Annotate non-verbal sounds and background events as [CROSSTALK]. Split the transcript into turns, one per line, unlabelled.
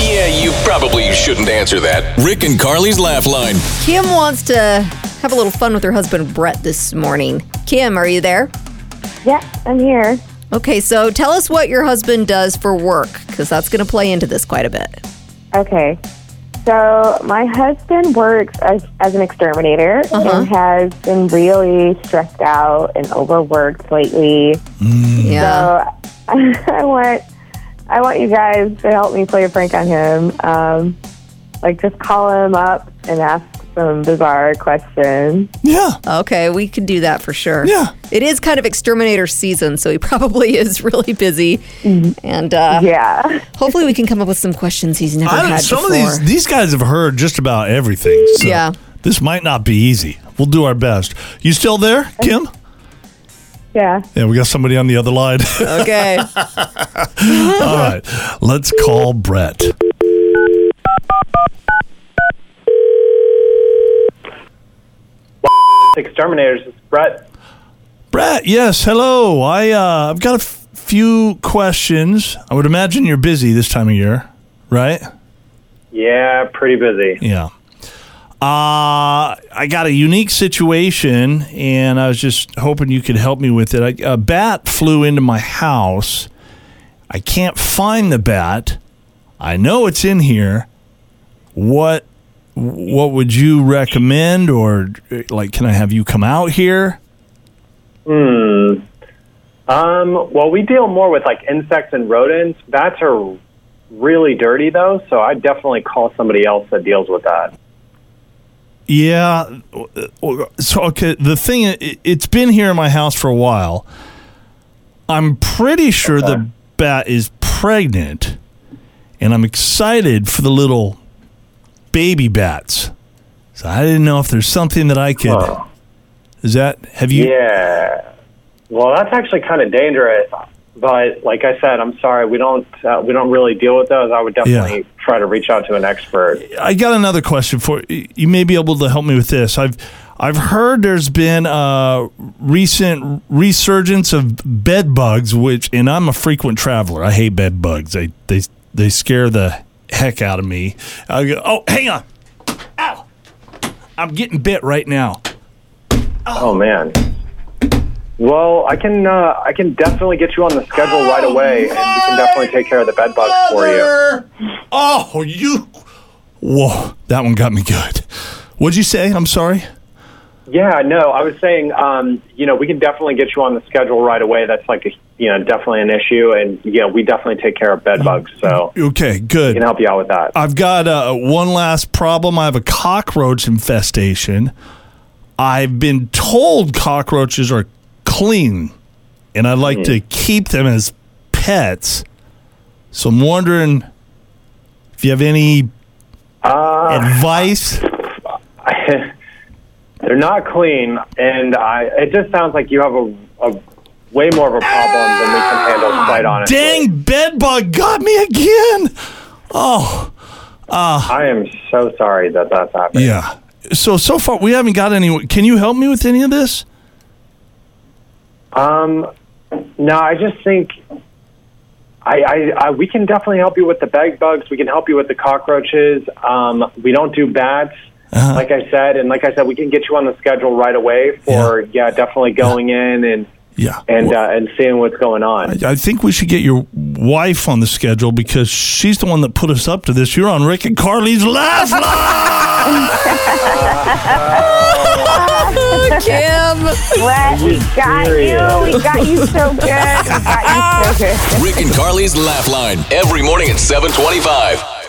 Yeah, you probably shouldn't answer that.
Rick and Carly's Laugh Line.
Kim wants to have a little fun with her husband Brett this morning. Kim, are you there?
Yeah, I'm here.
Okay, so tell us what your husband does for work, because that's going to play into this quite a bit.
Okay. So my husband works as, as an exterminator and has been really stressed out and overworked lately. [LAUGHS]
Mm-hmm.
Yeah.
So I want I want you guys to help me play a prank on him. Um, like just call him up and ask some bizarre questions.
Yeah.
Okay, we could do that for sure.
Yeah.
It is kind of exterminator season, so he [LAUGHS] probably is really busy.
Mm-hmm.
And uh,
Yeah. [LAUGHS]
hopefully, we can come up with some questions he's never
I don't,
had
some
before.
of these these guys have heard just about everything. So
Yeah.
This might not be easy. We'll do our best. You still there, Kim?
Yeah.
Yeah, we got somebody on the other line. [LAUGHS]
Okay.
All right. Let's call Brett.
exterminators. It's Brett.
Brett, yes, hello. I uh, I've got a f- few questions. I would imagine you're busy this time of year, right?
Yeah, pretty busy.
Yeah. Uh, I got a unique situation, and I was just hoping you could help me with it. I, a bat flew into my house. I can't find the bat. I know it's in here. What what would you recommend, or like, can I have you come out here?
Um, well, we deal more with like insects and rodents. Bats are really dirty though, so I definitely call somebody else that deals with that.
Yeah. uh, So okay, the thing i- it's been here in my house for a while. I'm pretty sure the bat is pregnant, and I'm excited for the little baby bats. So I didn't know if there's something that I could.
Huh.
Is that have you?
Yeah. Well, that's actually kind of dangerous. But like I said, I'm sorry we don't uh, we don't really deal with those. I would definitely try to reach out to an expert.
I got another question for you. You may be able to help me with this. I've I've heard there's been a recent resurgence of bed bugs, which and I'm a frequent traveler. I hate bed bugs. They they they scare the heck out of me. I go, oh, hang on, ow! I'm getting bit right now.
Oh man. Well, I can uh, I can definitely get you on the schedule right away, and we can definitely take care of the bed bugs for you.
Oh, you! Whoa, that one got me good. What'd you say? I'm sorry.
Yeah, no, I was saying, um, you know, we can definitely get you on the schedule right away. That's like, a, you know, definitely an issue, and yeah, we definitely take care of bed bugs, so
Okay, good.
we can help you out with that.
I've got uh, one last problem. I have a cockroach infestation. I've been told cockroaches are clean, and I'd like to keep them as pets. So I'm wondering if you have any advice.
They're not clean, and I. It just sounds like you have a, a way more of a problem than we can handle. Quite honestly,
Dang, bedbug got me again. Oh,
I am so sorry that that's happening.
yeah. So so far we haven't got any. Can you help me with any of this?
Um, No, I just think I, I, I we can definitely help you with the bed bugs. We can help you with the cockroaches. Um, we don't do bats, like I said, and like I said, we can get you on the schedule right away for yeah, definitely going in and
Yeah.
and uh, and seeing what's going on.
I think we should get your wife on the schedule because she's the one that put us up to this. You're on Rick and Carly's Laugh Line.
Kim.
Brett, we got
serious?
you. We got you so good. We got you so good.
Rick and Carly's Laugh Line. Every morning at 725.